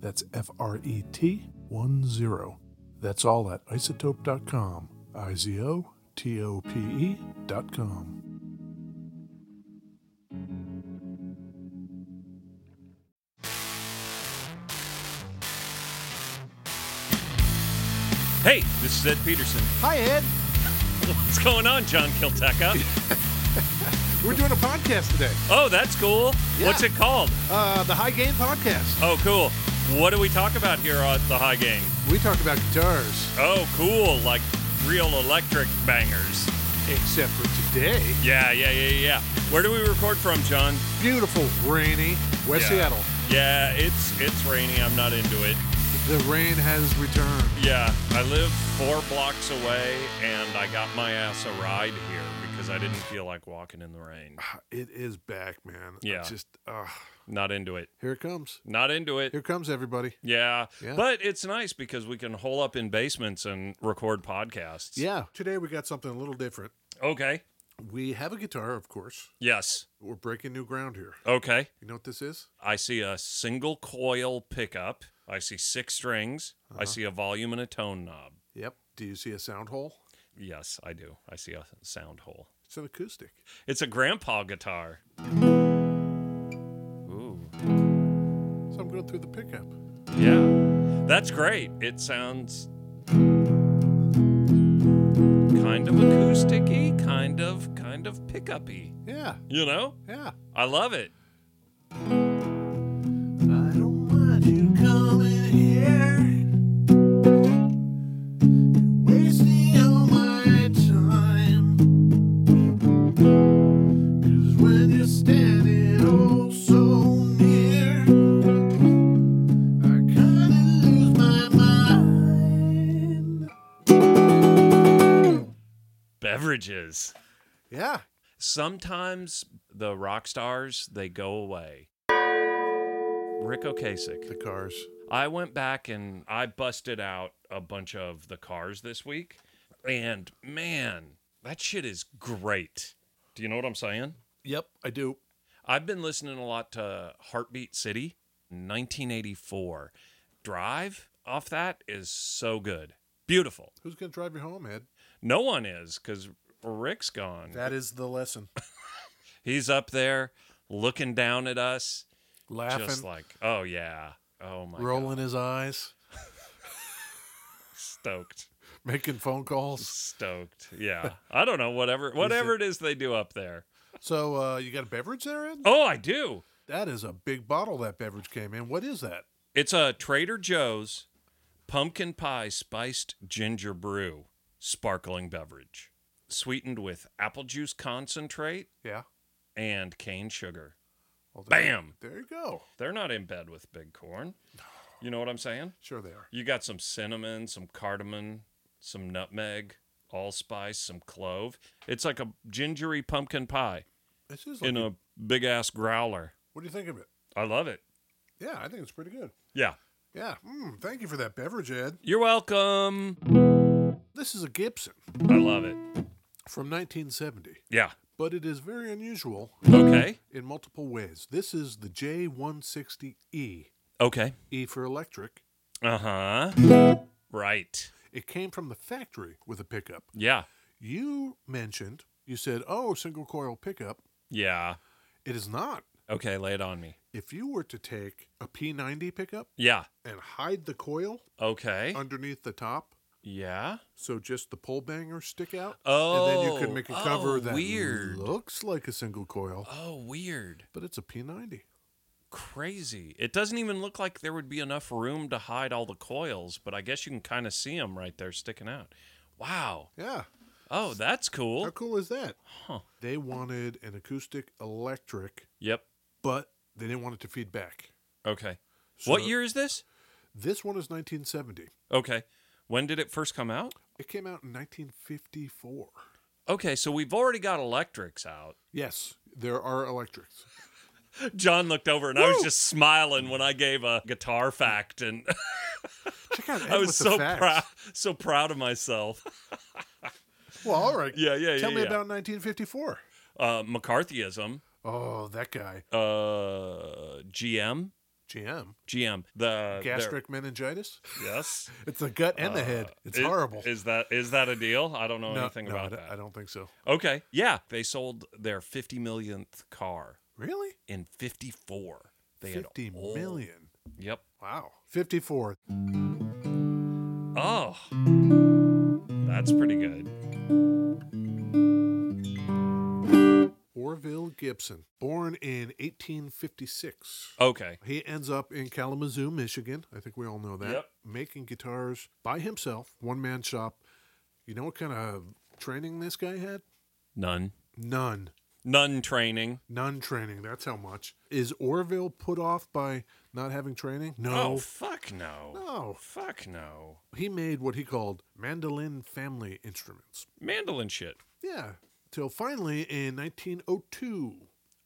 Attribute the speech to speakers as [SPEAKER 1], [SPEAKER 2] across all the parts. [SPEAKER 1] That's F R E T 1 0. That's all at isotope.com. I Z O T O P E E.com.
[SPEAKER 2] Hey, this is Ed Peterson.
[SPEAKER 3] Hi, Ed.
[SPEAKER 2] What's going on, John Kilteka?
[SPEAKER 3] We're doing a podcast today.
[SPEAKER 2] oh, that's cool.
[SPEAKER 3] Yeah.
[SPEAKER 2] What's it called?
[SPEAKER 3] Uh, the High Gain Podcast.
[SPEAKER 2] Oh, cool. What do we talk about here at the High Game?
[SPEAKER 3] We talk about guitars,
[SPEAKER 2] Oh, cool. Like real electric bangers.
[SPEAKER 3] except for today.
[SPEAKER 2] Yeah, yeah, yeah, yeah. Where do we record from, John?
[SPEAKER 3] Beautiful, rainy West
[SPEAKER 2] Yeah.
[SPEAKER 3] Seattle.
[SPEAKER 2] Yeah, it's it's rainy. I'm not into it.
[SPEAKER 3] The rain has returned.
[SPEAKER 2] Yeah, I live four blocks away, and I got my ass a ride here because I didn't feel like walking in the rain.
[SPEAKER 3] Ah, It is back, man. I
[SPEAKER 2] Yeah.
[SPEAKER 3] Just uh,
[SPEAKER 2] Not into it.
[SPEAKER 3] here it comes.
[SPEAKER 2] Not into it.
[SPEAKER 3] Here comes everybody.
[SPEAKER 2] Yeah.
[SPEAKER 3] Yeah.
[SPEAKER 2] But it's nice because we can hole up in basements and record podcasts.
[SPEAKER 3] Yeah. Today we got something a little different.
[SPEAKER 2] Okay.
[SPEAKER 3] We have a guitar, of course.
[SPEAKER 2] Yes.
[SPEAKER 3] We're breaking new ground here.
[SPEAKER 2] Okay.
[SPEAKER 3] You know what this is?
[SPEAKER 2] I see a single coil pickup. I see six strings.
[SPEAKER 3] Uh-huh.
[SPEAKER 2] I see a volume and a tone knob.
[SPEAKER 3] Yep. Do you see a sound hole?
[SPEAKER 2] Yes, I do. I see a sound hole.
[SPEAKER 3] It's an acoustic.
[SPEAKER 2] It's a grandpa guitar. Ooh.
[SPEAKER 3] So I'm going through the pickup.
[SPEAKER 2] Yeah. That's great. It sounds kind of acousticy, kind of kind of pickup-y.
[SPEAKER 3] Yeah.
[SPEAKER 2] You know?
[SPEAKER 3] Yeah.
[SPEAKER 2] I love it.
[SPEAKER 3] I don't want you coming here and wasting all my time. 'Cause when you're standing oh so near, I kinda lose my mind.
[SPEAKER 2] Beverages.
[SPEAKER 3] Yeah.
[SPEAKER 2] Sometimes the rock stars they go away. Rick Ocasek.
[SPEAKER 3] The cars.
[SPEAKER 2] I went back and I busted out a bunch of the cars this week. And man, that shit is great. Do you know what I'm saying?
[SPEAKER 3] Yep, I do.
[SPEAKER 2] I've been listening a lot to Heartbeat City, 1984. Drive off that is so good. Beautiful.
[SPEAKER 3] Who's gonna drive you home, Ed?
[SPEAKER 2] No one is because Rick's gone.
[SPEAKER 3] That is the lesson.
[SPEAKER 2] He's up there looking down at us, just
[SPEAKER 3] Laughing,
[SPEAKER 2] like, oh yeah. Oh
[SPEAKER 3] uh,
[SPEAKER 2] my God.
[SPEAKER 3] rolling his eyes,
[SPEAKER 2] Stoked.
[SPEAKER 3] making phone calls.
[SPEAKER 2] stoked. Yeah. I don't know. Whatever whatever it is they do up there.
[SPEAKER 3] So uh, you got a beverage there, Ed?
[SPEAKER 2] Oh, I do.
[SPEAKER 3] That is a big bottle that beverage came in. What is that?
[SPEAKER 2] It's a Trader Joe's pumpkin pie spiced ginger brew sparkling beverage, sweetened with apple juice concentrate
[SPEAKER 3] Yeah.
[SPEAKER 2] and cane sugar.
[SPEAKER 3] Well, there-
[SPEAKER 2] Bam.
[SPEAKER 3] There you go.
[SPEAKER 2] They're not in bed with big corn. You know what I'm saying?
[SPEAKER 3] Sure they are.
[SPEAKER 2] You got some cinnamon, some cardamom, some nutmeg, allspice, some clove. It's like a gingery pumpkin pie
[SPEAKER 3] This is like
[SPEAKER 2] in a big ass growler.
[SPEAKER 3] what do you think of it?
[SPEAKER 2] I love it.
[SPEAKER 3] Yeah, I think it's pretty good.
[SPEAKER 2] Yeah.
[SPEAKER 1] Yeah. Mm, thank you for that beverage, Ed.
[SPEAKER 2] You're welcome.
[SPEAKER 1] This is a Gibson
[SPEAKER 2] I love it.
[SPEAKER 1] from 1970,
[SPEAKER 2] Yeah.
[SPEAKER 1] but it is very unusual
[SPEAKER 2] Okay.
[SPEAKER 1] in multiple ways. This is the J160E,
[SPEAKER 2] Okay.
[SPEAKER 1] E for electric.
[SPEAKER 2] Uh huh. Right.
[SPEAKER 1] It came from the factory with a pickup.
[SPEAKER 2] Yeah.
[SPEAKER 1] You mentioned, you said, oh, single coil pickup.
[SPEAKER 2] Yeah.
[SPEAKER 1] It is not.
[SPEAKER 2] Okay. Lay it on me.
[SPEAKER 1] If you were to take a P90 pickup
[SPEAKER 2] Yeah.
[SPEAKER 1] and hide the coil
[SPEAKER 2] Okay.
[SPEAKER 1] underneath the top,
[SPEAKER 2] Yeah.
[SPEAKER 1] so just the pole bangers stick out, and then you
[SPEAKER 2] Oh,
[SPEAKER 1] could make a cover
[SPEAKER 2] oh,
[SPEAKER 1] that
[SPEAKER 2] weird.
[SPEAKER 1] looks like a single coil,
[SPEAKER 2] Oh, weird.
[SPEAKER 1] but it's a P90.
[SPEAKER 2] Crazy. It doesn't even look like there would be enough room to hide all the coils, but I guess you can kind of see them right there sticking out. Wow.
[SPEAKER 1] Yeah,
[SPEAKER 2] Oh, that's
[SPEAKER 1] how
[SPEAKER 2] cool.
[SPEAKER 1] cool is that?
[SPEAKER 2] Huh.
[SPEAKER 1] They wanted an acoustic electric,
[SPEAKER 2] Yep.
[SPEAKER 1] but they didn't want it to feed back.
[SPEAKER 2] Okay.
[SPEAKER 1] So
[SPEAKER 2] what year is this?
[SPEAKER 1] This one is 1970.
[SPEAKER 2] Okay. When did it first come out?
[SPEAKER 1] It came out in 1954.
[SPEAKER 2] Okay, so we've already got electrics out.
[SPEAKER 1] Yes, there are electrics.
[SPEAKER 2] John looked over and I was just smiling when I gave a guitar fact and
[SPEAKER 1] Check out Ed
[SPEAKER 2] I was
[SPEAKER 1] with
[SPEAKER 2] so
[SPEAKER 1] the facts.
[SPEAKER 2] proud so proud of myself.
[SPEAKER 1] Well, all right.
[SPEAKER 2] Yeah, yeah,
[SPEAKER 1] Tell
[SPEAKER 2] yeah,
[SPEAKER 1] me
[SPEAKER 2] yeah.
[SPEAKER 1] about 1954.
[SPEAKER 2] Uh McCarthyism,
[SPEAKER 1] Oh, that guy,
[SPEAKER 2] uh GM,
[SPEAKER 1] GM,
[SPEAKER 2] GM, the their-
[SPEAKER 1] gastric meningitis.
[SPEAKER 2] Yes.
[SPEAKER 1] It's the gut and the head. It's
[SPEAKER 2] Is-
[SPEAKER 1] horrible.
[SPEAKER 2] Uh, Is that is that a deal? I don't know anything
[SPEAKER 1] no, I
[SPEAKER 2] about
[SPEAKER 1] don't-
[SPEAKER 2] that.
[SPEAKER 1] I don't think so.
[SPEAKER 2] Okay. Yeah. They sold their 50 millionth car
[SPEAKER 1] Really?
[SPEAKER 2] in 54. They had
[SPEAKER 1] Fifty million.
[SPEAKER 2] all- Yep.
[SPEAKER 1] Wow. 54.
[SPEAKER 2] Oh. That's pretty good.
[SPEAKER 1] Orville Gibson, born in 1856.
[SPEAKER 2] Okay.
[SPEAKER 1] He ends up in Kalamazoo, Michigan. I think we all know that.
[SPEAKER 2] Yep.
[SPEAKER 1] Making guitars by himself, one man shop. You know what kind of training this guy had?
[SPEAKER 2] None.
[SPEAKER 1] None.
[SPEAKER 2] None training.
[SPEAKER 1] None training. That's how much. Is Orville put off by not having training?
[SPEAKER 2] Oh,
[SPEAKER 1] No.
[SPEAKER 2] fuck no.
[SPEAKER 1] No.
[SPEAKER 2] Fuck no.
[SPEAKER 1] He made what he called mandolin family instruments.
[SPEAKER 2] Mandolin shit.
[SPEAKER 1] Yeah. Till finally in 1902,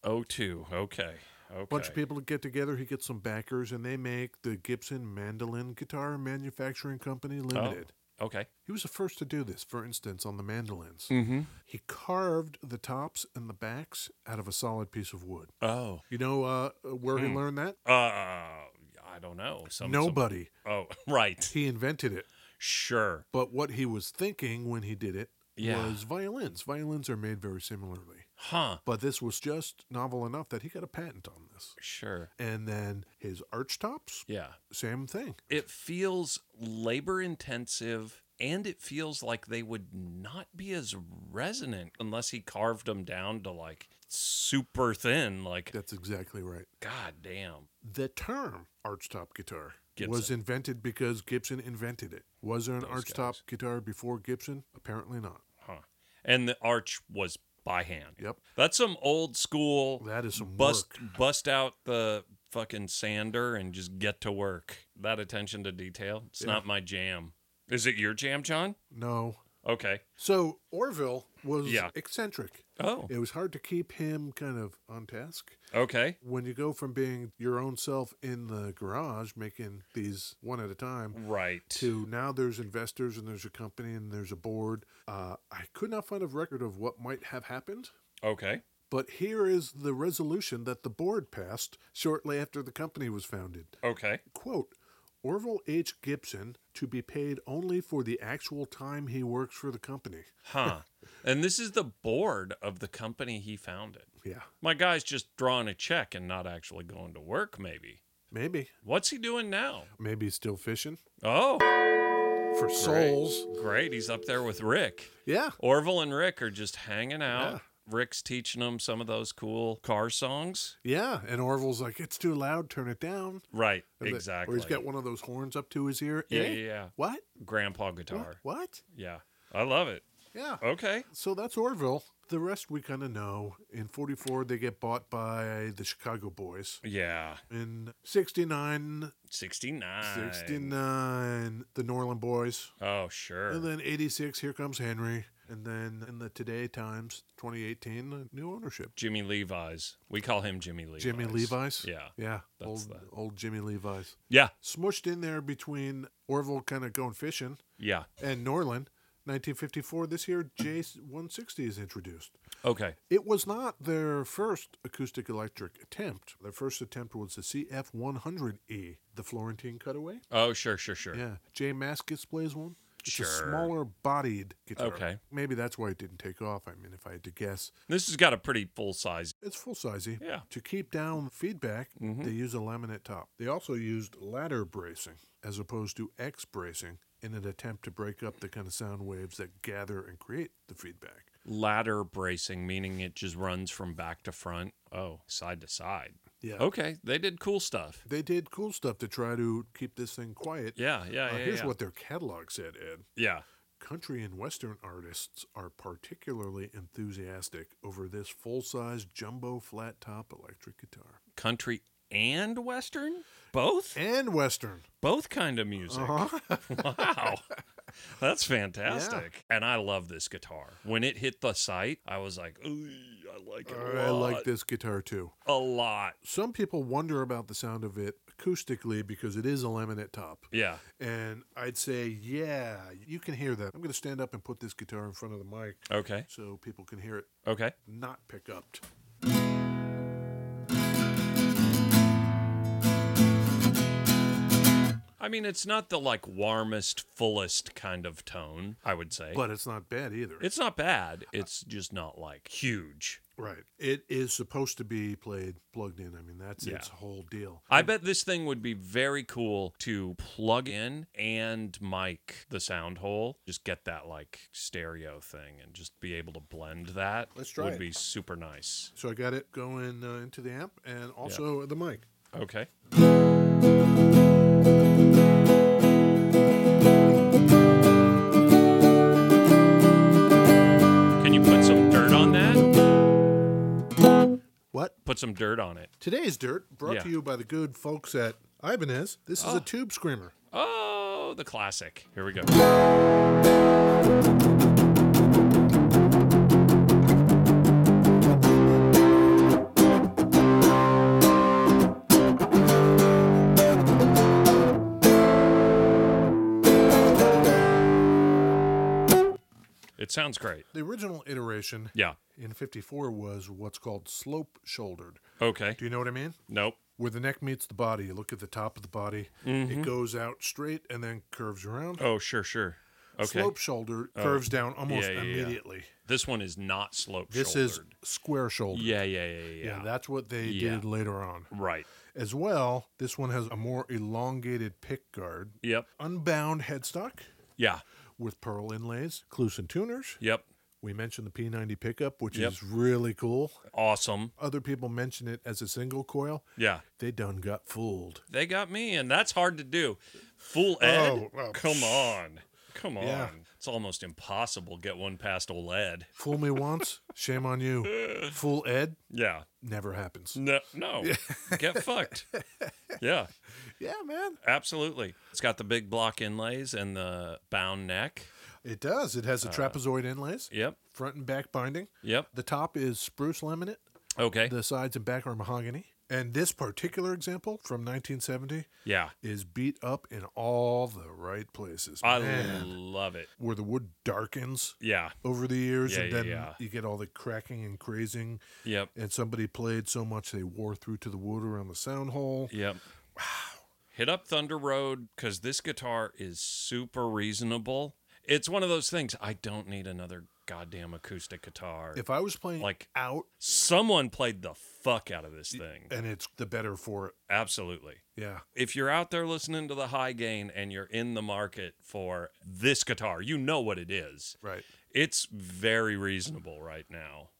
[SPEAKER 2] Oh two. Okay. Okay.
[SPEAKER 1] a bunch of people get together. He gets some backers, and they make the Gibson Mandolin Guitar Manufacturing Company Limited.
[SPEAKER 2] Oh, okay.
[SPEAKER 1] He was the first to do this, for instance, on the mandolins.
[SPEAKER 2] Mm-hmm.
[SPEAKER 1] He carved the tops and the backs out of a solid piece of wood.
[SPEAKER 2] Oh.
[SPEAKER 1] You know uh, where he learned that?
[SPEAKER 2] Uh I don't know. Some some-
[SPEAKER 1] Nobody.
[SPEAKER 2] Oh, right.
[SPEAKER 1] He invented it.
[SPEAKER 2] Sure.
[SPEAKER 1] But what he was thinking when he did it
[SPEAKER 2] Yeah.
[SPEAKER 1] was violins. Violins are made very similarly.
[SPEAKER 2] Huh.
[SPEAKER 1] But this was just novel enough that he got a patent on this.
[SPEAKER 2] Sure.
[SPEAKER 1] And then his arch tops,
[SPEAKER 2] Yeah.
[SPEAKER 1] same thing.
[SPEAKER 2] It feels labor intensive and it feels like they would not be as resonant unless he carved them down to like super thin. Like,
[SPEAKER 1] That's exactly right.
[SPEAKER 2] god damn.
[SPEAKER 1] The term archtop guitar was
[SPEAKER 2] Gibson.
[SPEAKER 1] invented because Gibson invented it. Was there an
[SPEAKER 2] Those
[SPEAKER 1] archtop
[SPEAKER 2] guys.
[SPEAKER 1] guitar before Gibson? Apparently not.
[SPEAKER 2] Huh. And the arch was by hand.
[SPEAKER 1] Yep.
[SPEAKER 2] That's some old school
[SPEAKER 1] That is some
[SPEAKER 2] bust
[SPEAKER 1] work.
[SPEAKER 2] bust out the fucking sander and just get to work. That attention to detail. It's not my jam. Is it your jam, John?
[SPEAKER 1] No.
[SPEAKER 2] Okay.
[SPEAKER 1] So Orville was
[SPEAKER 2] Yeah.
[SPEAKER 1] eccentric.
[SPEAKER 2] Oh.
[SPEAKER 1] It was hard to keep him kind of on task.
[SPEAKER 2] Okay.
[SPEAKER 1] When you go from being your own self in the garage making these one at a time
[SPEAKER 2] Right.
[SPEAKER 1] to now there's investors and there's a company and there's a board. Uh, I could not find a record of what might have happened,
[SPEAKER 2] Okay.
[SPEAKER 1] but here is the resolution that the board passed shortly after the company was founded.
[SPEAKER 2] Okay.
[SPEAKER 1] Quote Orville H. Gibson to be paid only for the actual time he works for the company.
[SPEAKER 2] Huh. and this is the board of the company he founded.
[SPEAKER 1] Yeah,
[SPEAKER 2] My guy's just drawing a check and not actually going to work, maybe.
[SPEAKER 1] maybe.
[SPEAKER 2] What's he doing now?
[SPEAKER 1] Maybe he's still fishing
[SPEAKER 2] Oh,
[SPEAKER 1] for souls.
[SPEAKER 2] great. He's up there with Rick.
[SPEAKER 1] Yeah.
[SPEAKER 2] Orville and Rick are just hanging out.
[SPEAKER 1] Yeah.
[SPEAKER 2] Rick's teaching them some of those cool car songs.
[SPEAKER 1] Yeah. And Orville's like, it's too loud. Turn it down.
[SPEAKER 2] Right,
[SPEAKER 1] And the-
[SPEAKER 2] exactly.
[SPEAKER 1] Or he's got one of those horns up to his ear.
[SPEAKER 2] yeah,
[SPEAKER 1] Eh?
[SPEAKER 2] yeah, yeah.
[SPEAKER 1] What?
[SPEAKER 2] Grandpa
[SPEAKER 1] What?
[SPEAKER 2] guitar.
[SPEAKER 1] What?
[SPEAKER 2] Yeah. I love it.
[SPEAKER 1] Yeah.
[SPEAKER 2] Okay.
[SPEAKER 1] So that's Orville. The rest we kind of know. In 44, they get bought by the Chicago Boys.
[SPEAKER 2] Yeah.
[SPEAKER 1] In 69,
[SPEAKER 2] 69.
[SPEAKER 1] 69, the Norland Boys.
[SPEAKER 2] Oh, sure.
[SPEAKER 1] And then 86, here comes Henry. And then in the today times, 2018, the new ownership.
[SPEAKER 2] Jimmy Levi's. We call him Jimmy Levi's.
[SPEAKER 1] Jimmy Levi's.
[SPEAKER 2] Yeah.
[SPEAKER 1] Yeah.
[SPEAKER 2] that's
[SPEAKER 1] old
[SPEAKER 2] that.
[SPEAKER 1] old Jimmy Levi's.
[SPEAKER 2] Yeah.
[SPEAKER 1] Smushed in there between Orville kind of going fishing
[SPEAKER 2] Yeah.
[SPEAKER 1] and Norland. 1954, this year J160 is introduced.
[SPEAKER 2] Okay.
[SPEAKER 1] It was not their first acoustic electric attempt. Their first attempt was the CF100E, E, the Florentine cutaway.
[SPEAKER 2] Oh, sure, sure, sure.
[SPEAKER 1] Yeah. Jay Maskus plays one. It's
[SPEAKER 2] Sure.
[SPEAKER 1] a smaller bodied guitar.
[SPEAKER 2] Okay.
[SPEAKER 1] Maybe that's why it didn't take off. I mean, if I had to guess,
[SPEAKER 2] This has got a pretty full size.
[SPEAKER 1] it's full sizey.
[SPEAKER 2] Yeah.
[SPEAKER 1] To keep down feedback, they use a laminate top. They also used ladder bracing as opposed to X bracing in an attempt to break up the kind of sound waves that gather and create the feedback.
[SPEAKER 2] Ladder bracing, meaning it just runs from back to front. Oh, side to side.
[SPEAKER 1] Yeah.
[SPEAKER 2] Okay. They did cool stuff.
[SPEAKER 1] They did cool stuff to try to keep this thing quiet.
[SPEAKER 2] Yeah. Yeah.
[SPEAKER 1] Uh,
[SPEAKER 2] yeah,
[SPEAKER 1] here's
[SPEAKER 2] yeah.
[SPEAKER 1] what their catalog said, Ed.
[SPEAKER 2] yeah.
[SPEAKER 1] Country and Western artists are particularly enthusiastic over this full size jumbo flat top electric guitar.
[SPEAKER 2] Country and Western? Both?
[SPEAKER 1] And Uh-huh. Western.
[SPEAKER 2] Both kind of music. wow. That's fantastic. And I love this guitar. When it hit the site, I was like, "Ooh, I like it a lot.
[SPEAKER 1] I like this guitar too.
[SPEAKER 2] a lot.
[SPEAKER 1] some people wonder about the sound of it acoustically because it is a laminate top.
[SPEAKER 2] Yeah.
[SPEAKER 1] And I'd say, yeah, you can hear that. I'm going to stand up and put this guitar in front of the mic
[SPEAKER 2] Okay.
[SPEAKER 1] so people can hear it
[SPEAKER 2] Okay.
[SPEAKER 1] not pick up.
[SPEAKER 2] I mean, it's not the like warmest, fullest kind of tone, I would say.
[SPEAKER 1] But it's not bad either.
[SPEAKER 2] it's not bad. It's just not like huge.
[SPEAKER 1] right. It is supposed to be played plugged in. I mean, that's
[SPEAKER 2] Yeah.
[SPEAKER 1] its whole deal.
[SPEAKER 2] I bet this thing would be very cool to plug in and mic the sound hole. Just get that like stereo thing and just be able to blend that.
[SPEAKER 1] Let's try
[SPEAKER 2] Would
[SPEAKER 1] it.
[SPEAKER 2] be super nice.
[SPEAKER 1] So I got it going uh, into the amp and also the mic.
[SPEAKER 2] Okay. Can you put some dirt on that?
[SPEAKER 1] What?
[SPEAKER 2] Put some dirt on it.
[SPEAKER 1] Today's Dirt brought
[SPEAKER 2] Yeah.
[SPEAKER 1] to you by the good folks at Ibanez. This is a tube screamer.
[SPEAKER 2] Oh, the classic. Here we go. It sounds great.
[SPEAKER 1] The original iteration
[SPEAKER 2] Yeah.
[SPEAKER 1] in 54 was what's called slope shouldered.
[SPEAKER 2] Okay.
[SPEAKER 1] Do you know what I mean?
[SPEAKER 2] Nope.
[SPEAKER 1] Where the neck meets the body, you look at the top of the body,
[SPEAKER 2] Mm-hmm.
[SPEAKER 1] it goes out straight and then curves around.
[SPEAKER 2] Oh, sure, sure. Oh, Okay.
[SPEAKER 1] Slope shoulder curves down almost
[SPEAKER 2] Yeah, yeah, yeah.
[SPEAKER 1] immediately.
[SPEAKER 2] This one is not slope
[SPEAKER 1] This is
[SPEAKER 2] shouldered.
[SPEAKER 1] square shoulder.
[SPEAKER 2] Yeah, yeah, yeah, yeah.
[SPEAKER 1] Yeah, that's what they
[SPEAKER 2] Yeah.
[SPEAKER 1] did later on.
[SPEAKER 2] right.
[SPEAKER 1] As well, this one has a more elongated pick guard,
[SPEAKER 2] Yep.
[SPEAKER 1] unbound headstock
[SPEAKER 2] Yeah.
[SPEAKER 1] with pearl inlays, Clusen tuners.
[SPEAKER 2] Yep.
[SPEAKER 1] We mentioned the P90 pickup, which
[SPEAKER 2] Yep.
[SPEAKER 1] is really cool.
[SPEAKER 2] Awesome.
[SPEAKER 1] Other people mention it as a single coil.
[SPEAKER 2] Yeah.
[SPEAKER 1] They done got fooled.
[SPEAKER 2] They got me, and that's hard to do. Fool Ed?
[SPEAKER 1] Oh, well,
[SPEAKER 2] Come on. Come on.
[SPEAKER 1] Yeah.
[SPEAKER 2] It's almost impossible to get one past old Ed.
[SPEAKER 1] Fool me once, shame on you. Fool Ed,
[SPEAKER 2] Yeah.
[SPEAKER 1] never happens.
[SPEAKER 2] No. no. get fucked. Yeah.
[SPEAKER 1] Yeah, man.
[SPEAKER 2] Absolutely. It's got the big block inlays and the bound neck.
[SPEAKER 1] It does. It
[SPEAKER 2] Uh.
[SPEAKER 1] has the trapezoid inlays,
[SPEAKER 2] Yep.
[SPEAKER 1] front and back binding.
[SPEAKER 2] Yep.
[SPEAKER 1] The top is spruce laminate,
[SPEAKER 2] Okay.
[SPEAKER 1] the sides and back are mahogany. And this particular example from 1970
[SPEAKER 2] yeah.
[SPEAKER 1] is beat up in all the right places.
[SPEAKER 2] I
[SPEAKER 1] man.
[SPEAKER 2] love it.
[SPEAKER 1] Where the wood darkens
[SPEAKER 2] Yeah.
[SPEAKER 1] over the years,
[SPEAKER 2] Yeah,
[SPEAKER 1] and
[SPEAKER 2] yeah,
[SPEAKER 1] then
[SPEAKER 2] yeah.
[SPEAKER 1] you get all the cracking and crazing.
[SPEAKER 2] Yep.
[SPEAKER 1] And somebody played so much they wore through to the wood around the sound hole.
[SPEAKER 2] Yep. Wow. Hit up Thunder Road because this guitar is super reasonable. It's one of those things. I don't need another goddamn acoustic guitar.
[SPEAKER 1] If I was playing
[SPEAKER 2] Like-
[SPEAKER 1] out,
[SPEAKER 2] Someone played the fuck out of this thing.
[SPEAKER 1] and it's the better for it.
[SPEAKER 2] Absolutely.
[SPEAKER 1] Yeah.
[SPEAKER 2] If you're out there listening to the high gain and you're in the market for this guitar, you know what it is.
[SPEAKER 1] Right.
[SPEAKER 2] It's very reasonable right now.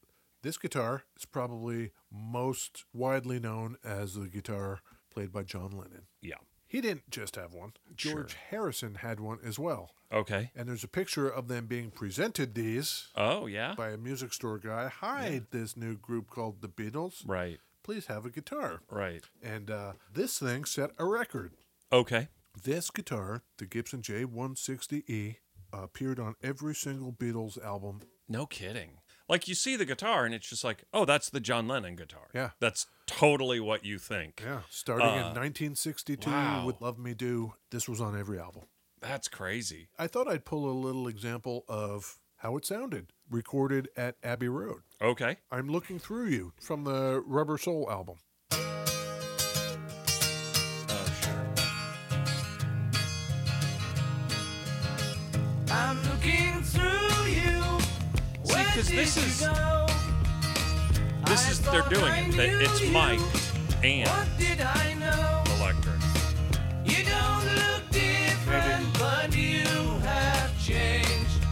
[SPEAKER 1] This guitar is probably most widely known as the guitar played by John Lennon.
[SPEAKER 2] Yeah.
[SPEAKER 1] He didn't just have one. George Harrison had one as well.
[SPEAKER 2] Okay.
[SPEAKER 1] And there's a picture of them being presented these
[SPEAKER 2] Oh, yeah.
[SPEAKER 1] by a music store guy. Hi, this new group called the Beatles.
[SPEAKER 2] Right.
[SPEAKER 1] Please have a guitar.
[SPEAKER 2] Right.
[SPEAKER 1] And uh, this thing set a record.
[SPEAKER 2] Okay.
[SPEAKER 1] This guitar, the Gibson J160E, E, appeared on every single Beatles album.
[SPEAKER 2] No kidding. Like you see the guitar and it's just like, oh, that's the John Lennon guitar.
[SPEAKER 1] Yeah.
[SPEAKER 2] That's totally what you think.
[SPEAKER 1] Yeah, starting in
[SPEAKER 2] Uh,
[SPEAKER 1] 1962
[SPEAKER 2] wow.
[SPEAKER 1] with Love Me Do. This was on every album.
[SPEAKER 2] That's crazy.
[SPEAKER 1] I thought I'd pull a little example of how it sounded recorded at Abbey Road.
[SPEAKER 2] Okay.
[SPEAKER 1] I'm looking through you from the Rubber Soul album.
[SPEAKER 2] Oh, sure.
[SPEAKER 3] I'm looking through you.
[SPEAKER 2] See,
[SPEAKER 3] Where
[SPEAKER 2] 'cause this
[SPEAKER 3] did you
[SPEAKER 2] is-
[SPEAKER 3] go?
[SPEAKER 2] This
[SPEAKER 3] I
[SPEAKER 2] is, they're
[SPEAKER 3] thought
[SPEAKER 2] doing
[SPEAKER 3] I
[SPEAKER 2] it. They-
[SPEAKER 3] knew
[SPEAKER 2] It's
[SPEAKER 3] you.
[SPEAKER 2] Mike and
[SPEAKER 3] What did I know?
[SPEAKER 2] Electric.
[SPEAKER 3] You don't look different, but you have changed.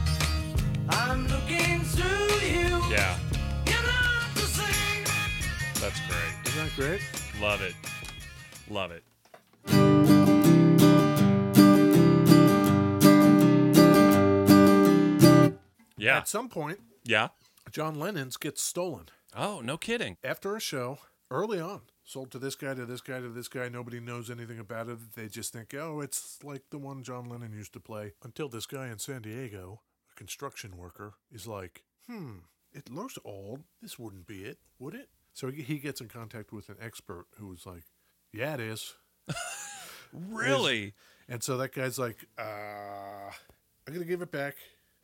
[SPEAKER 3] I'm looking through you.
[SPEAKER 2] Yeah.
[SPEAKER 3] You're not the same.
[SPEAKER 2] That's great.
[SPEAKER 1] Isn't that great?
[SPEAKER 2] Love it. Love it. Yeah.
[SPEAKER 1] At some point,
[SPEAKER 2] yeah.
[SPEAKER 1] John Lennon's gets stolen.
[SPEAKER 2] Oh, no kidding.
[SPEAKER 1] after a show early on sold to this guy to this guy to this guy nobody knows anything about it they just think oh it's like the one john lennon used to play until this guy in san diego a construction worker is like hmm it looks old this wouldn't be it would it so he he gets in contact with an expert who was like yeah it is
[SPEAKER 2] Really?
[SPEAKER 1] and so that guy's like uh i'm gonna give it back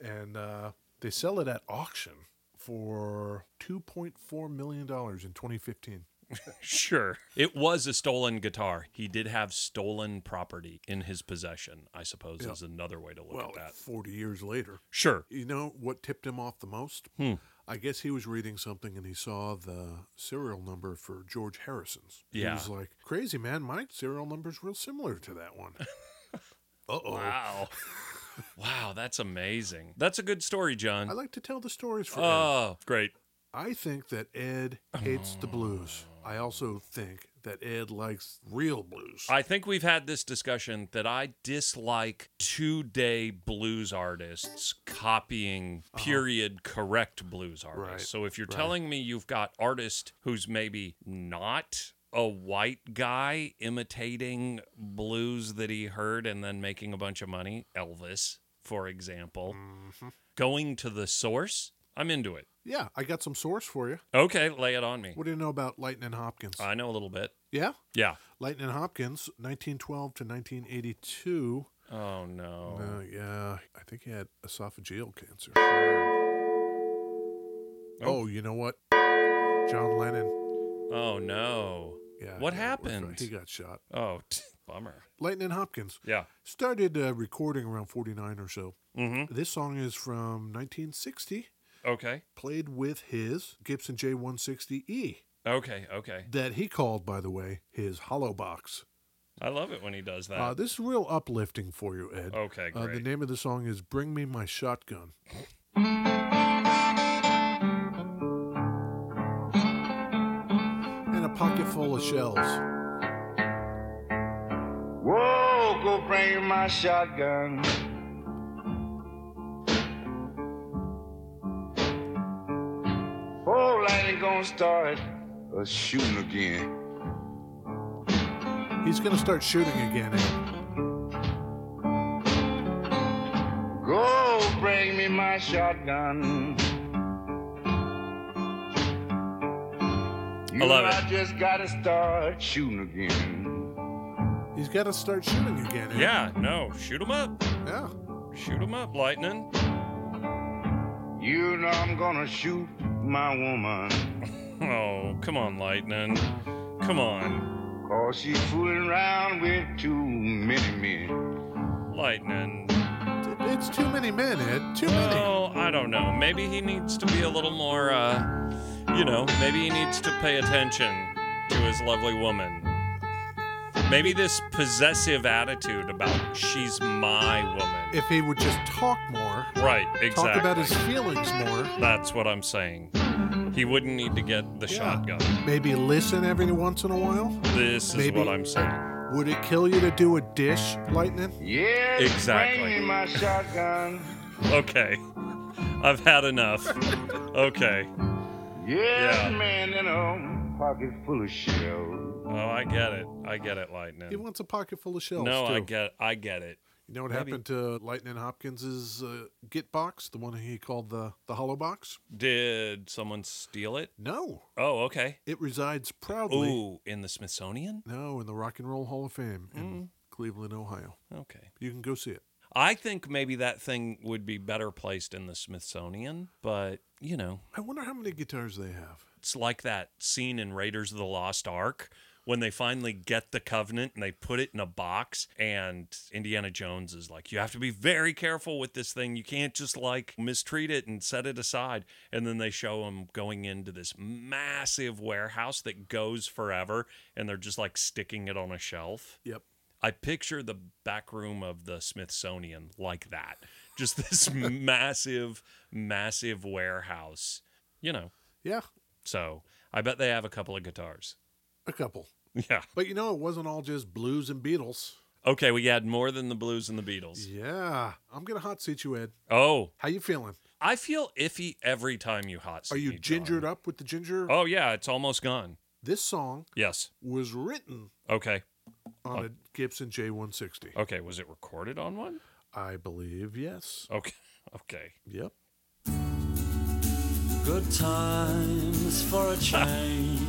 [SPEAKER 1] and uh they sell it at auction for 2.4 million dollars in 2015
[SPEAKER 2] Sure. It was a stolen guitar. He did have stolen property in his possession, I suppose
[SPEAKER 1] Yeah.
[SPEAKER 2] is another way to look
[SPEAKER 1] well,
[SPEAKER 2] at that.
[SPEAKER 1] 40 years later.
[SPEAKER 2] Sure.
[SPEAKER 1] You know what tipped him off the most?
[SPEAKER 2] Hmm.
[SPEAKER 1] I guess he was reading something and he saw the serial number for George Harrison's. He
[SPEAKER 2] Yeah.
[SPEAKER 1] was like, crazy, man. My serial number's real similar to that one. uh oh.
[SPEAKER 2] Wow. wow, that's amazing. That's a good story,
[SPEAKER 1] I
[SPEAKER 2] John.
[SPEAKER 1] like to tell the stories for Ed.
[SPEAKER 2] Oh, great.
[SPEAKER 1] I think that Ed hates the blues. I also think that Ed likes real blues.
[SPEAKER 2] I think we've had this discussion that I dislike two day blues artists copying period correct blues artists.
[SPEAKER 1] Uh-huh. Right,
[SPEAKER 2] So if you're
[SPEAKER 1] right.
[SPEAKER 2] telling me you've got artist who's maybe not a white guy imitating blues that he heard and then making a bunch of money, Elvis, for example,
[SPEAKER 1] Mm-hmm.
[SPEAKER 2] going to the source, I'm into it.
[SPEAKER 1] yeah, I got some source for you.
[SPEAKER 2] Okay, lay it on me.
[SPEAKER 1] What do you know about Lightnin' Hopkins?
[SPEAKER 2] I know a little bit.
[SPEAKER 1] yeah?
[SPEAKER 2] Yeah.
[SPEAKER 1] Lightnin' Hopkins, 1912 to 1982.
[SPEAKER 2] Oh no.
[SPEAKER 1] Uh, yeah, I think he had esophageal cancer. Oh, you know what? John Lennon.
[SPEAKER 2] Oh no.
[SPEAKER 1] Yeah.
[SPEAKER 2] What
[SPEAKER 1] yeah,
[SPEAKER 2] happened?
[SPEAKER 1] He got shot.
[SPEAKER 2] Oh, t- bummer.
[SPEAKER 1] Lightning Hopkins
[SPEAKER 2] Yeah.
[SPEAKER 1] started uh, recording around 49 or so.
[SPEAKER 2] Mm-hmm.
[SPEAKER 1] This song is from 1960,
[SPEAKER 2] Okay.
[SPEAKER 1] played with his Gibson J160E
[SPEAKER 2] Okay. Okay.
[SPEAKER 1] E that he called, by the way, his hollow box.
[SPEAKER 2] I love it when he does that.
[SPEAKER 1] Uh, this is real uplifting for you, Ed.
[SPEAKER 2] okay.
[SPEAKER 1] Uh, the
[SPEAKER 2] Great.
[SPEAKER 1] name of the song is Bring Me My Shotgun. And a pocket full of shells.
[SPEAKER 4] Whoa, go bring my shotgun. Oh, lightning gonna start a shooting again.
[SPEAKER 1] He's going to start shooting again. Ed.
[SPEAKER 4] Go bring me my shotgun. You
[SPEAKER 2] love
[SPEAKER 4] know
[SPEAKER 2] it.
[SPEAKER 4] I just gotta start shooting again.
[SPEAKER 1] He's got to start shooting again. Ed.
[SPEAKER 2] yeah. No. Shoot him up.
[SPEAKER 1] Yeah.
[SPEAKER 2] Shoot him up, lightning.
[SPEAKER 4] You know I'm gonna shoot my woman.
[SPEAKER 2] Oh, come on, lightning. Come on,
[SPEAKER 4] Cause she fooling around with too many men.
[SPEAKER 2] lightning.
[SPEAKER 1] It's too many men, Ed. Too many.
[SPEAKER 2] Well, I don't know. Maybe he needs to be a little more. uh You know. Maybe he needs to pay attention to his lovely woman. Maybe this possessive attitude about she's my woman.
[SPEAKER 1] If he would just talk more,
[SPEAKER 2] right. Exactly.
[SPEAKER 1] talk about his feelings more,
[SPEAKER 2] That's what I'm saying. He wouldn't need to get the
[SPEAKER 1] Yeah.
[SPEAKER 2] shotgun.
[SPEAKER 1] maybe listen every once in a while.
[SPEAKER 2] This is
[SPEAKER 1] Maybe.
[SPEAKER 2] what I'm saying.
[SPEAKER 1] Would it kill you to do a dish, Lightning?
[SPEAKER 4] Yes,
[SPEAKER 2] Exactly.
[SPEAKER 4] bring me my shotgun.
[SPEAKER 2] Okay. I've had enough. Okay.
[SPEAKER 4] Yes,
[SPEAKER 2] Yeah.
[SPEAKER 4] man, in a pocket full of shells.
[SPEAKER 2] Oh, I get it. I get it,
[SPEAKER 1] He
[SPEAKER 2] Lightning.
[SPEAKER 1] wants a pocket full of shells.
[SPEAKER 2] No,
[SPEAKER 1] too.
[SPEAKER 2] I get I get it.
[SPEAKER 1] You know what
[SPEAKER 2] Maybe.
[SPEAKER 1] happened to Lightning Hopkins's uh, Git box, the one he called the the Hollow Box?
[SPEAKER 2] Did someone steal it?
[SPEAKER 1] No,
[SPEAKER 2] Oh, okay.
[SPEAKER 1] it resides proudly.
[SPEAKER 2] Ooh, in the Smithsonian?
[SPEAKER 1] No, in the Rock and Roll Hall of Fame in
[SPEAKER 2] Mm.
[SPEAKER 1] Cleveland, Ohio.
[SPEAKER 2] Okay.
[SPEAKER 1] You can go see it.
[SPEAKER 2] I think maybe that thing would be better placed in the Smithsonian, but you know,
[SPEAKER 1] I wonder how many guitars they have.
[SPEAKER 2] it's like that scene in Raiders of the Lost Ark when they finally get the covenant and they put it in a box and Indiana Jones is like you have to be very careful with this thing you can't just like mistreat it and set it aside and then they show him going into this massive warehouse that goes forever and they're just like sticking it on a shelf
[SPEAKER 1] Yep.
[SPEAKER 2] I picture the back room of the Smithsonian like that. Just this massive, massive warehouse, you know.
[SPEAKER 1] Yeah,
[SPEAKER 2] So I bet they have a couple of guitars.
[SPEAKER 1] a couple.
[SPEAKER 2] Yeah.
[SPEAKER 1] But you know, it wasn't all just blues and Beatles.
[SPEAKER 2] Okay, we had more than the blues and the Beatles.
[SPEAKER 1] Yeah, I'm gonna hot seat you, Ed.
[SPEAKER 2] Oh,
[SPEAKER 1] How you feeling?
[SPEAKER 2] I feel iffy every time you hot.
[SPEAKER 1] Are
[SPEAKER 2] seat
[SPEAKER 1] you
[SPEAKER 2] me, John.
[SPEAKER 1] gingered up with the ginger?
[SPEAKER 2] Oh yeah, it's almost gone.
[SPEAKER 1] This song
[SPEAKER 2] Yes.
[SPEAKER 1] was written
[SPEAKER 2] Okay. Oh.
[SPEAKER 1] on a Gibson J160.
[SPEAKER 2] Okay. Was it recorded on one?
[SPEAKER 1] I believe yes.
[SPEAKER 2] Okay. Okay.
[SPEAKER 1] Yep.
[SPEAKER 3] Good times for a change.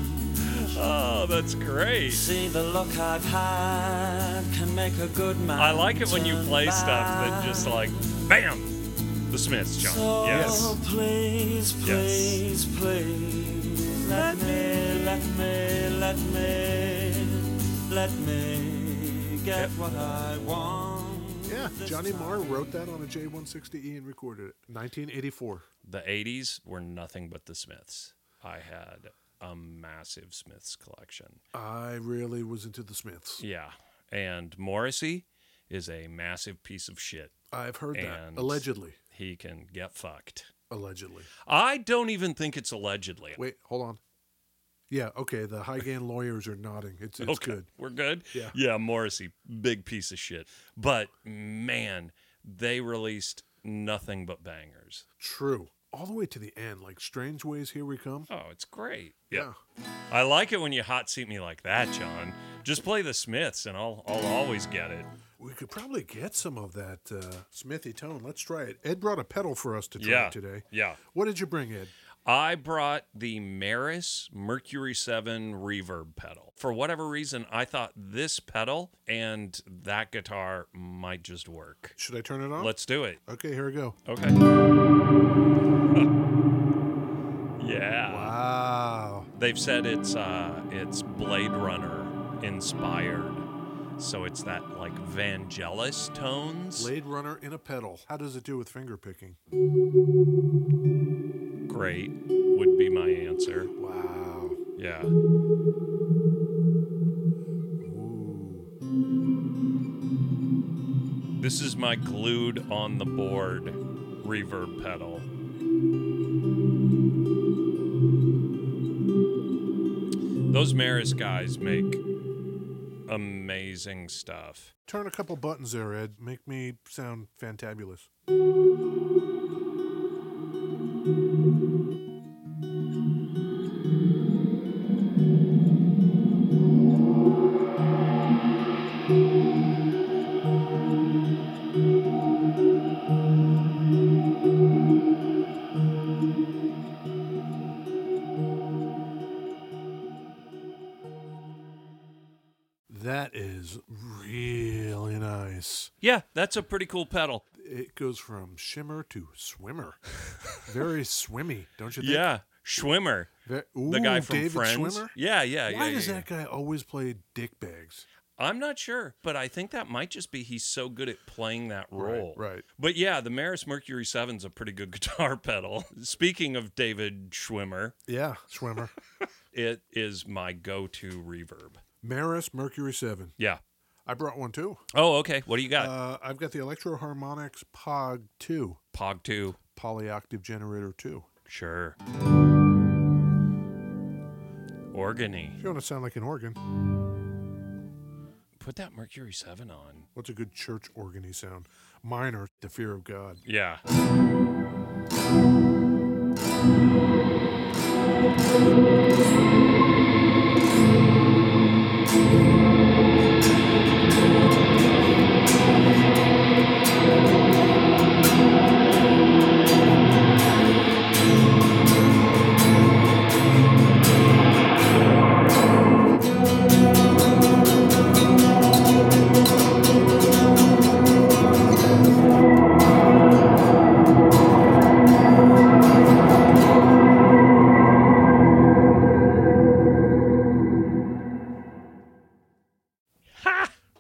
[SPEAKER 2] Oh, that's great.
[SPEAKER 3] See the look I've had can make a good man.
[SPEAKER 2] I like it when you
[SPEAKER 3] turn
[SPEAKER 2] play stuff that
[SPEAKER 3] back.
[SPEAKER 2] just like bam, the Smiths, John.
[SPEAKER 3] So
[SPEAKER 2] Yes.
[SPEAKER 3] please,
[SPEAKER 2] Yes.
[SPEAKER 3] please, please, let me, let me, let me, let me
[SPEAKER 2] Yep.
[SPEAKER 3] get what I want.
[SPEAKER 1] Yeah,
[SPEAKER 3] this
[SPEAKER 1] Johnny
[SPEAKER 3] time.
[SPEAKER 1] Marr wrote that on a J160E E and recorded it. 1984.
[SPEAKER 2] The 80s were nothing but the Smiths. I had a massive Smiths collection.
[SPEAKER 1] I really was into the Smiths.
[SPEAKER 2] Yeah. And Morrissey is a massive piece of shit.
[SPEAKER 1] I've heard that.
[SPEAKER 2] And-
[SPEAKER 1] Allegedly.
[SPEAKER 2] He can get fucked.
[SPEAKER 1] Allegedly.
[SPEAKER 2] I don't even think it's allegedly.
[SPEAKER 1] Wait, hold on. Yeah, okay. The Highgan lawyers are nodding. It's, it's
[SPEAKER 2] Okay,
[SPEAKER 1] good.
[SPEAKER 2] We're good.
[SPEAKER 1] Yeah.
[SPEAKER 2] Morrissey, big piece of shit. But man, they released nothing but bangers.
[SPEAKER 1] True. All the way to the end, like Strange Ways, Here We Come.
[SPEAKER 2] Oh, it's great. I like it when you hot seat me like that, John. Just play the Smiths and I'll I'll always get it.
[SPEAKER 1] We could probably get some of that uh, Smithy tone. Let's try it. Ed brought a pedal for us to try
[SPEAKER 2] yeah.
[SPEAKER 1] today.
[SPEAKER 2] Yeah.
[SPEAKER 1] What did you bring, Ed?
[SPEAKER 2] I brought the Maris Mercury 7 reverb pedal. For whatever reason, I thought this pedal and that guitar might just work.
[SPEAKER 1] Should I turn it on?
[SPEAKER 2] Let's do it.
[SPEAKER 1] okay, here we go.
[SPEAKER 2] Okay. yeah.
[SPEAKER 1] Wow.
[SPEAKER 2] They've said it's uh, it's Blade Runner inspired, so it's that like Vangelis tones.
[SPEAKER 1] Blade Runner in a pedal. How does it do with finger picking?
[SPEAKER 2] Great would be my answer.
[SPEAKER 1] Wow.
[SPEAKER 2] Yeah.
[SPEAKER 1] Ooh.
[SPEAKER 2] This is my glued on the board reverb pedal. Those Maris guys make amazing stuff.
[SPEAKER 1] Turn a couple buttons there, Ed. Make me sound fantabulous. That is really nice.
[SPEAKER 2] Yeah, that's a pretty cool pedal.
[SPEAKER 1] It goes from shimmer to swimmer. Very swimmy, don't you think?
[SPEAKER 2] Yeah, Schwimmer.
[SPEAKER 1] Ve-
[SPEAKER 2] the
[SPEAKER 1] Ooh,
[SPEAKER 2] guy from
[SPEAKER 1] David
[SPEAKER 2] Friends.
[SPEAKER 1] Schwimmer?
[SPEAKER 2] Yeah, yeah, yeah.
[SPEAKER 1] Why
[SPEAKER 2] yeah,
[SPEAKER 1] does
[SPEAKER 2] yeah.
[SPEAKER 1] that guy always play dick bags?
[SPEAKER 2] I'm not sure, but I think that might just be he's so good at playing that role.
[SPEAKER 1] right.
[SPEAKER 2] But yeah, the Maris Mercury 7's a pretty good guitar pedal. Speaking of David Schwimmer,
[SPEAKER 1] Yeah, Schwimmer.
[SPEAKER 2] it is my go-to reverb.
[SPEAKER 1] Maris Mercury 7.
[SPEAKER 2] Yeah.
[SPEAKER 1] I brought one too.
[SPEAKER 2] Oh, okay. What do you got?
[SPEAKER 1] Uh, I've got the Electro Harmonics POG 2,
[SPEAKER 2] Pog 2.
[SPEAKER 1] Polyoctave Generator 2.
[SPEAKER 2] Sure. Organy.
[SPEAKER 1] If you want to sound like an organ,
[SPEAKER 2] Put that Mercury 7 on.
[SPEAKER 1] what's a good church organy sound? Mine are the fear of God.
[SPEAKER 2] Yeah.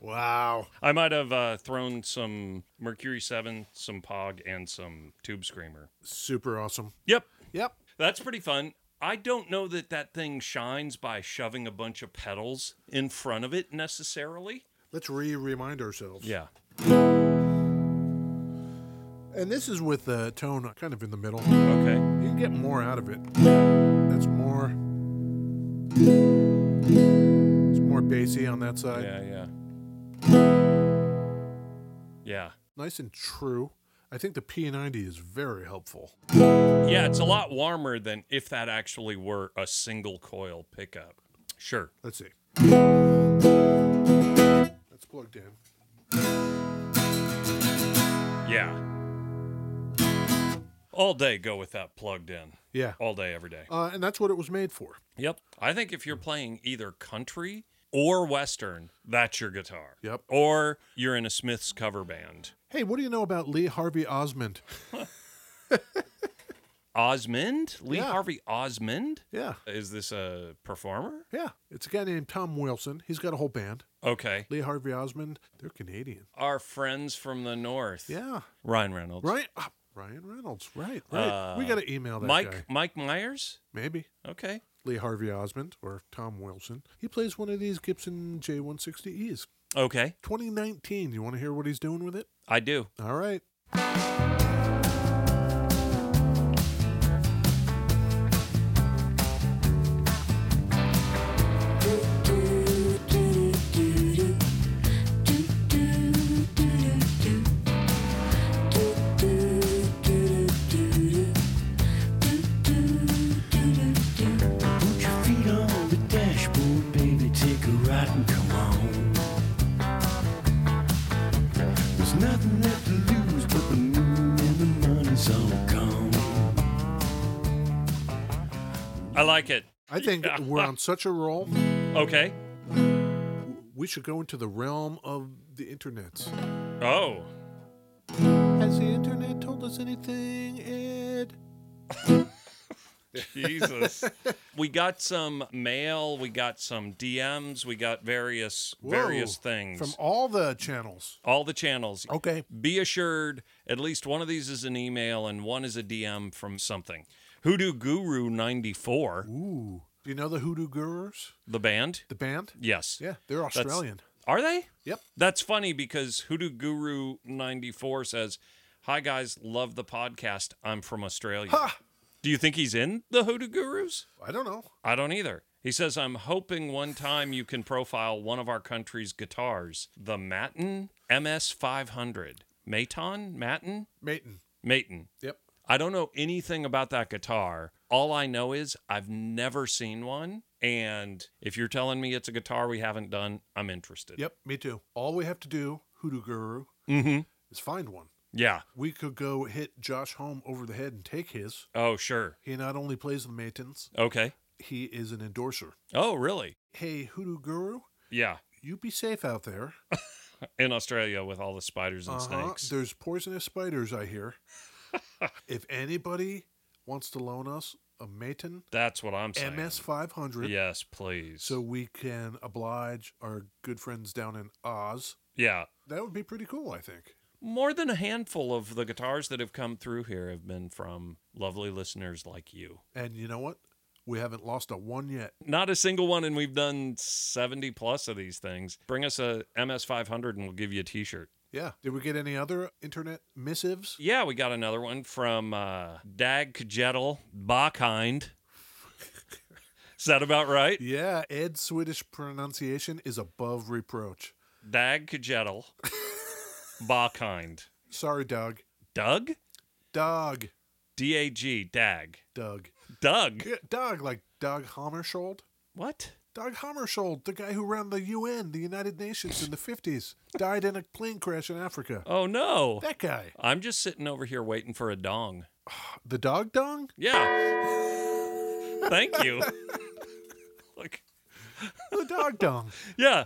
[SPEAKER 1] Wow.
[SPEAKER 2] I might have uh, thrown some Mercury 7, some Pog, and some Tube Screamer.
[SPEAKER 1] Super awesome.
[SPEAKER 2] Yep,
[SPEAKER 1] Yep.
[SPEAKER 2] that's pretty fun. I don't know that that thing shines by shoving a bunch of pedals in front of it necessarily.
[SPEAKER 1] Let's re remind ourselves.
[SPEAKER 2] Yeah.
[SPEAKER 1] And this is with the tone kind of in the middle.
[SPEAKER 2] Okay.
[SPEAKER 1] You can get more out of it. That's more. It's more bassy on that side.
[SPEAKER 2] Yeah, yeah. Yeah.
[SPEAKER 1] Nice and true. I think the P90 is very helpful.
[SPEAKER 2] Yeah, it's a lot warmer than if that actually were a single coil pickup. Sure.
[SPEAKER 1] Let's see. That's plugged in.
[SPEAKER 2] Yeah. All day go with that plugged in.
[SPEAKER 1] Yeah.
[SPEAKER 2] All day, every day.
[SPEAKER 1] Uh, and that's what it was made for.
[SPEAKER 2] Yep. I think if you're playing either country or Western, that's your guitar.
[SPEAKER 1] Yep.
[SPEAKER 2] Or you're in a Smiths cover band.
[SPEAKER 1] Hey, what do you know about Lee Harvey Osmond?
[SPEAKER 2] Osmond? Lee
[SPEAKER 1] Yeah.
[SPEAKER 2] Harvey Osmond?
[SPEAKER 1] Yeah.
[SPEAKER 2] Is this a performer?
[SPEAKER 1] Yeah. It's a guy named Tom Wilson. He's got a whole band.
[SPEAKER 2] Okay.
[SPEAKER 1] Lee Harvey Osmond. They're Canadian.
[SPEAKER 2] Our friends from the North.
[SPEAKER 1] Yeah.
[SPEAKER 2] Ryan Reynolds.
[SPEAKER 1] Right. ah, Ryan Reynolds. Right. Right. we got to email that
[SPEAKER 2] Uh, Mike
[SPEAKER 1] guy.
[SPEAKER 2] Mike Myers?
[SPEAKER 1] Maybe.
[SPEAKER 2] Okay.
[SPEAKER 1] Lee Harvey Osmond or Tom Wilson. He plays one of these Gibson J160Es.
[SPEAKER 2] Okay.
[SPEAKER 1] 2019. You want to hear what he's doing with it?
[SPEAKER 2] I do.
[SPEAKER 1] All right.
[SPEAKER 3] Put your feet on the dashboard, baby. Take a ride and come on. There's nothing left to lose but the moon and the money's all gone.
[SPEAKER 2] I like it.
[SPEAKER 1] I think we're on such a roll.
[SPEAKER 2] Okay.
[SPEAKER 1] We should go into the realm of the internets.
[SPEAKER 2] Oh.
[SPEAKER 1] Has the internet told us anything, Ed?
[SPEAKER 2] Jesus. we got some mail, we got some DMs, we got various various
[SPEAKER 1] Whoa.
[SPEAKER 2] things.
[SPEAKER 1] From Oh. all the channels.
[SPEAKER 2] all the channels.
[SPEAKER 1] Okay.
[SPEAKER 2] Be assured, at least one of these is an email and one is a DM from something. Hoodoo Guru 94,
[SPEAKER 1] Ooh. Do you know the Hoodoo Gurus?
[SPEAKER 2] the band?
[SPEAKER 1] The band?
[SPEAKER 2] Yes.
[SPEAKER 1] Yeah, they're Australian.
[SPEAKER 2] Are they?
[SPEAKER 1] Yep.
[SPEAKER 2] That's funny because Hoodoo Guru 94 says, Hi guys, love the podcast. I'm from Australia.
[SPEAKER 1] Ha!
[SPEAKER 2] Do you think he's in the Hoodoo Gurus?
[SPEAKER 1] I don't know.
[SPEAKER 2] I don't either. He says, I'm hoping one time you can profile one of our country's guitars, the Matin MS500. Maton? Matin?
[SPEAKER 1] Maton.
[SPEAKER 2] Matin.
[SPEAKER 1] Yep.
[SPEAKER 2] I don't know anything about that guitar. All I know is I've never seen one. And if you're telling me it's a guitar we haven't done, I'm interested.
[SPEAKER 1] Yep, me too. All we have to do, Hoodoo Guru,
[SPEAKER 2] Mm-hmm.
[SPEAKER 1] is find one.
[SPEAKER 2] Yeah.
[SPEAKER 1] We could go hit Josh Home over the head and take his.
[SPEAKER 2] Oh, sure.
[SPEAKER 1] He not only plays the Matins,
[SPEAKER 2] Okay.
[SPEAKER 1] he is an endorser.
[SPEAKER 2] Oh, really?
[SPEAKER 1] Hey, Hoodoo Guru,
[SPEAKER 2] Yeah.
[SPEAKER 1] you be safe out there.
[SPEAKER 2] In Australia with all the spiders and
[SPEAKER 1] Uh-huh.
[SPEAKER 2] snakes.
[SPEAKER 1] There's poisonous spiders, I hear. if anybody wants to loan us a Maton
[SPEAKER 2] That's what I'm saying.
[SPEAKER 1] MS500
[SPEAKER 2] Yes, please.
[SPEAKER 1] so we can oblige our good friends down in Oz,
[SPEAKER 2] yeah.
[SPEAKER 1] that would be pretty cool, I think.
[SPEAKER 2] More than a handful of the guitars that have come through here have been from lovely listeners like you.
[SPEAKER 1] And you know what? We haven't lost a one yet.
[SPEAKER 2] Not a single one, and we've done 70 plus of these things. Bring us a MS500 and we'll give you a t shirt.
[SPEAKER 1] Yeah. Did we get any other internet missives?
[SPEAKER 2] Yeah, we got another one from uh, Dag Kajetl Bachhind. Is that about right?
[SPEAKER 1] Yeah, Ed's Swedish pronunciation is above reproach.
[SPEAKER 2] Dag Kajetl Bachhind.
[SPEAKER 1] Sorry, Doug.
[SPEAKER 2] Doug?
[SPEAKER 1] Doug.
[SPEAKER 2] D A G, Dag.
[SPEAKER 1] Doug.
[SPEAKER 2] Doug.
[SPEAKER 1] Yeah, Doug, like Doug Hammerschold?
[SPEAKER 2] What?
[SPEAKER 1] Doug Hammarskjöld, the guy who ran the UN, the United Nations in the 50s, died in a plane crash in Africa.
[SPEAKER 2] Oh, no.
[SPEAKER 1] That guy.
[SPEAKER 2] I'm just sitting over here waiting for a dong.
[SPEAKER 1] The dog dong?
[SPEAKER 2] Yeah. Thank you. Look,
[SPEAKER 1] The dog dong.
[SPEAKER 2] yeah.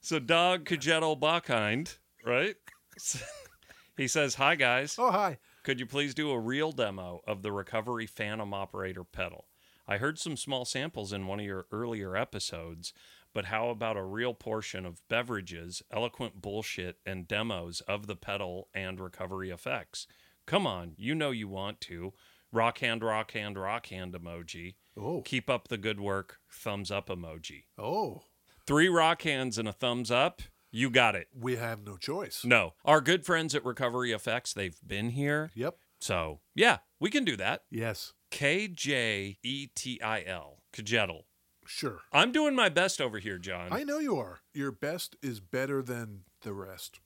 [SPEAKER 2] So dog Kajetl Bachhind, right? he says, "Hi guys,
[SPEAKER 1] Oh, hi.
[SPEAKER 2] could you please do a real demo of the Recovery Phantom Operator pedal? I heard some small samples in one of your earlier episodes, but how about a real portion of beverages, eloquent bullshit, and demos of the pedal and recovery effects? Come on, you know you want to. Rock hand, rock hand, rock hand emoji.
[SPEAKER 1] Oh,
[SPEAKER 2] Keep up the good work, thumbs up emoji.
[SPEAKER 1] oh,
[SPEAKER 2] Three rock hands and a thumbs up. You got it.
[SPEAKER 1] we have no choice.
[SPEAKER 2] No. Our good friends at Recovery Effects, they've been here.
[SPEAKER 1] Yep.
[SPEAKER 2] So, yeah, we can do that.
[SPEAKER 1] Yes.
[SPEAKER 2] K J E T I L. Kajettle.
[SPEAKER 1] Sure.
[SPEAKER 2] I'm doing my best over here, John.
[SPEAKER 1] I know you are. Your best is better than the rest.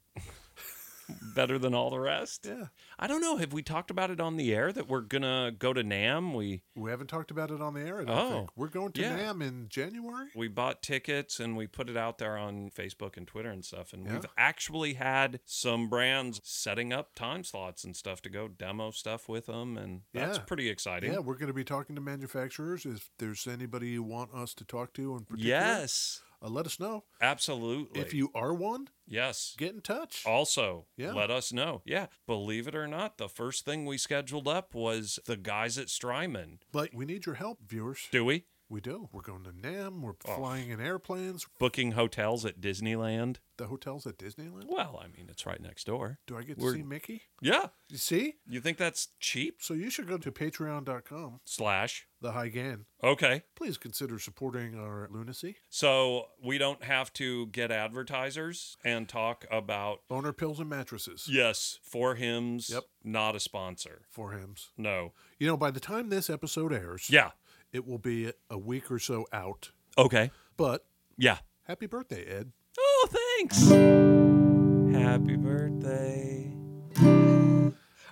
[SPEAKER 2] Better than all the rest.
[SPEAKER 1] Yeah.
[SPEAKER 2] I don't know. Have we talked about it on the air that we're going to go to NAM? We
[SPEAKER 1] We haven't talked about it on the air. I don't think.
[SPEAKER 2] Oh,
[SPEAKER 1] We're going to
[SPEAKER 2] yeah.
[SPEAKER 1] NAM in January.
[SPEAKER 2] we bought tickets and we put it out there on Facebook and Twitter and stuff. And
[SPEAKER 1] Yeah.
[SPEAKER 2] we've actually had some brands setting up time slots and stuff to go demo stuff with them. And that's
[SPEAKER 1] Yeah.
[SPEAKER 2] pretty exciting.
[SPEAKER 1] Yeah, we're going to be talking to manufacturers. If there's anybody you want us to talk to in particular,
[SPEAKER 2] yes.
[SPEAKER 1] uh, let us know.
[SPEAKER 2] Absolutely.
[SPEAKER 1] If you are one,
[SPEAKER 2] yes.
[SPEAKER 1] get in touch.
[SPEAKER 2] Oh. Also,
[SPEAKER 1] Yeah.
[SPEAKER 2] let us know. Yeah, believe it or not, the first thing we scheduled up was the guys at Strymon.
[SPEAKER 1] But we need your help, viewers.
[SPEAKER 2] Do we?
[SPEAKER 1] We do. We're going to NAM. We're
[SPEAKER 2] Oh.
[SPEAKER 1] flying in airplanes.
[SPEAKER 2] Booking hotels at Disneyland.
[SPEAKER 1] The hotels at Disneyland.
[SPEAKER 2] Well, I mean, it's right next door.
[SPEAKER 1] Do I get to
[SPEAKER 2] We're-
[SPEAKER 1] see Mickey?
[SPEAKER 2] Yeah.
[SPEAKER 1] You see?
[SPEAKER 2] You think that's cheap?
[SPEAKER 1] So you should go to patreon.com,
[SPEAKER 2] Slash.
[SPEAKER 1] the high gan.
[SPEAKER 2] Okay.
[SPEAKER 1] Please consider supporting our lunacy.
[SPEAKER 2] So we don't have to get advertisers and talk about,
[SPEAKER 1] Boner pills and mattresses.
[SPEAKER 2] yes, for hymns,
[SPEAKER 1] Yep.
[SPEAKER 2] not a sponsor.
[SPEAKER 1] For hims.
[SPEAKER 2] No.
[SPEAKER 1] You know, by the time this episode airs,
[SPEAKER 2] Yeah.
[SPEAKER 1] it will be a week or so out.
[SPEAKER 2] Okay.
[SPEAKER 1] But
[SPEAKER 2] Yeah.
[SPEAKER 1] happy birthday, Ed.
[SPEAKER 2] Oh, thanks. Happy birthday.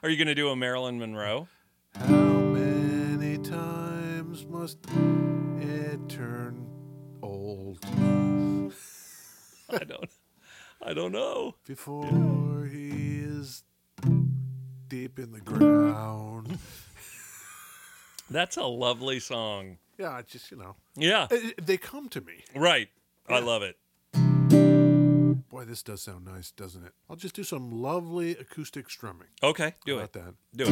[SPEAKER 2] Are you going to do a Marilyn Monroe?
[SPEAKER 1] How many times must it turn old
[SPEAKER 2] I don't I don't know.
[SPEAKER 1] before he is deep in the ground?
[SPEAKER 2] That's a lovely song.
[SPEAKER 1] yeah, I just, you know,
[SPEAKER 2] Yeah.
[SPEAKER 1] it, it- they come to me.
[SPEAKER 2] Right. I love it.
[SPEAKER 1] Boy, this does sound nice, doesn't it? I'll just do some lovely acoustic strumming.
[SPEAKER 2] Okay, do
[SPEAKER 1] How
[SPEAKER 2] it.
[SPEAKER 1] about that.
[SPEAKER 2] Do it.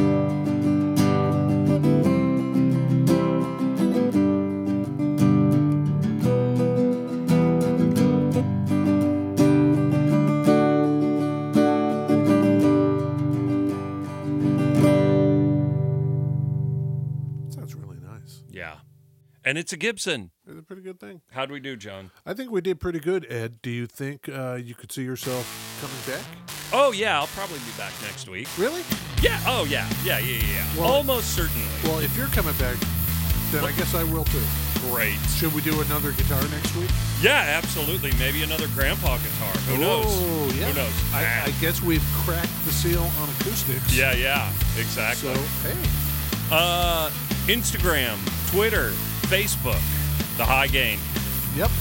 [SPEAKER 1] Sounds really nice.
[SPEAKER 2] Yeah. And it's a Gibson.
[SPEAKER 1] It's a pretty good thing.
[SPEAKER 2] How'd we do, John?
[SPEAKER 1] I think we did pretty good, Ed. Do you think uh, you could see yourself coming back?
[SPEAKER 2] Oh yeah, I'll probably be back next week.
[SPEAKER 1] Really?
[SPEAKER 2] Yeah. Oh yeah. Yeah, yeah, yeah. yeah.
[SPEAKER 1] Well-
[SPEAKER 2] Almost certainly.
[SPEAKER 1] Well, if you're coming back, then I guess I will too.
[SPEAKER 2] Great.
[SPEAKER 1] Should we do another guitar next week?
[SPEAKER 2] Yeah, absolutely. Maybe another grandpa guitar. Who knows?
[SPEAKER 1] Oh, yeah.
[SPEAKER 2] Who knows? Ah,
[SPEAKER 1] I, I guess we've cracked the seal on acoustics.
[SPEAKER 2] yeah, yeah.
[SPEAKER 1] So,
[SPEAKER 2] Exactly.
[SPEAKER 1] hey.
[SPEAKER 2] Uh, Instagram, Twitter, Facebook, The High Gain,
[SPEAKER 1] Yep. Uh,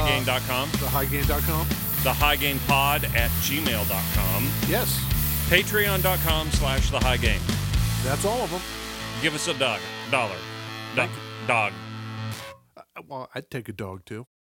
[SPEAKER 2] thehighgain.com,
[SPEAKER 1] thehighgain.com.
[SPEAKER 2] thehighgainpod at gmail.com,
[SPEAKER 1] Yes.
[SPEAKER 2] patreon.com slash The High Gain.
[SPEAKER 1] That's all of them.
[SPEAKER 2] Give us a dog, dollar, dog, dog.
[SPEAKER 1] Uh, Well, I'd take a dog too.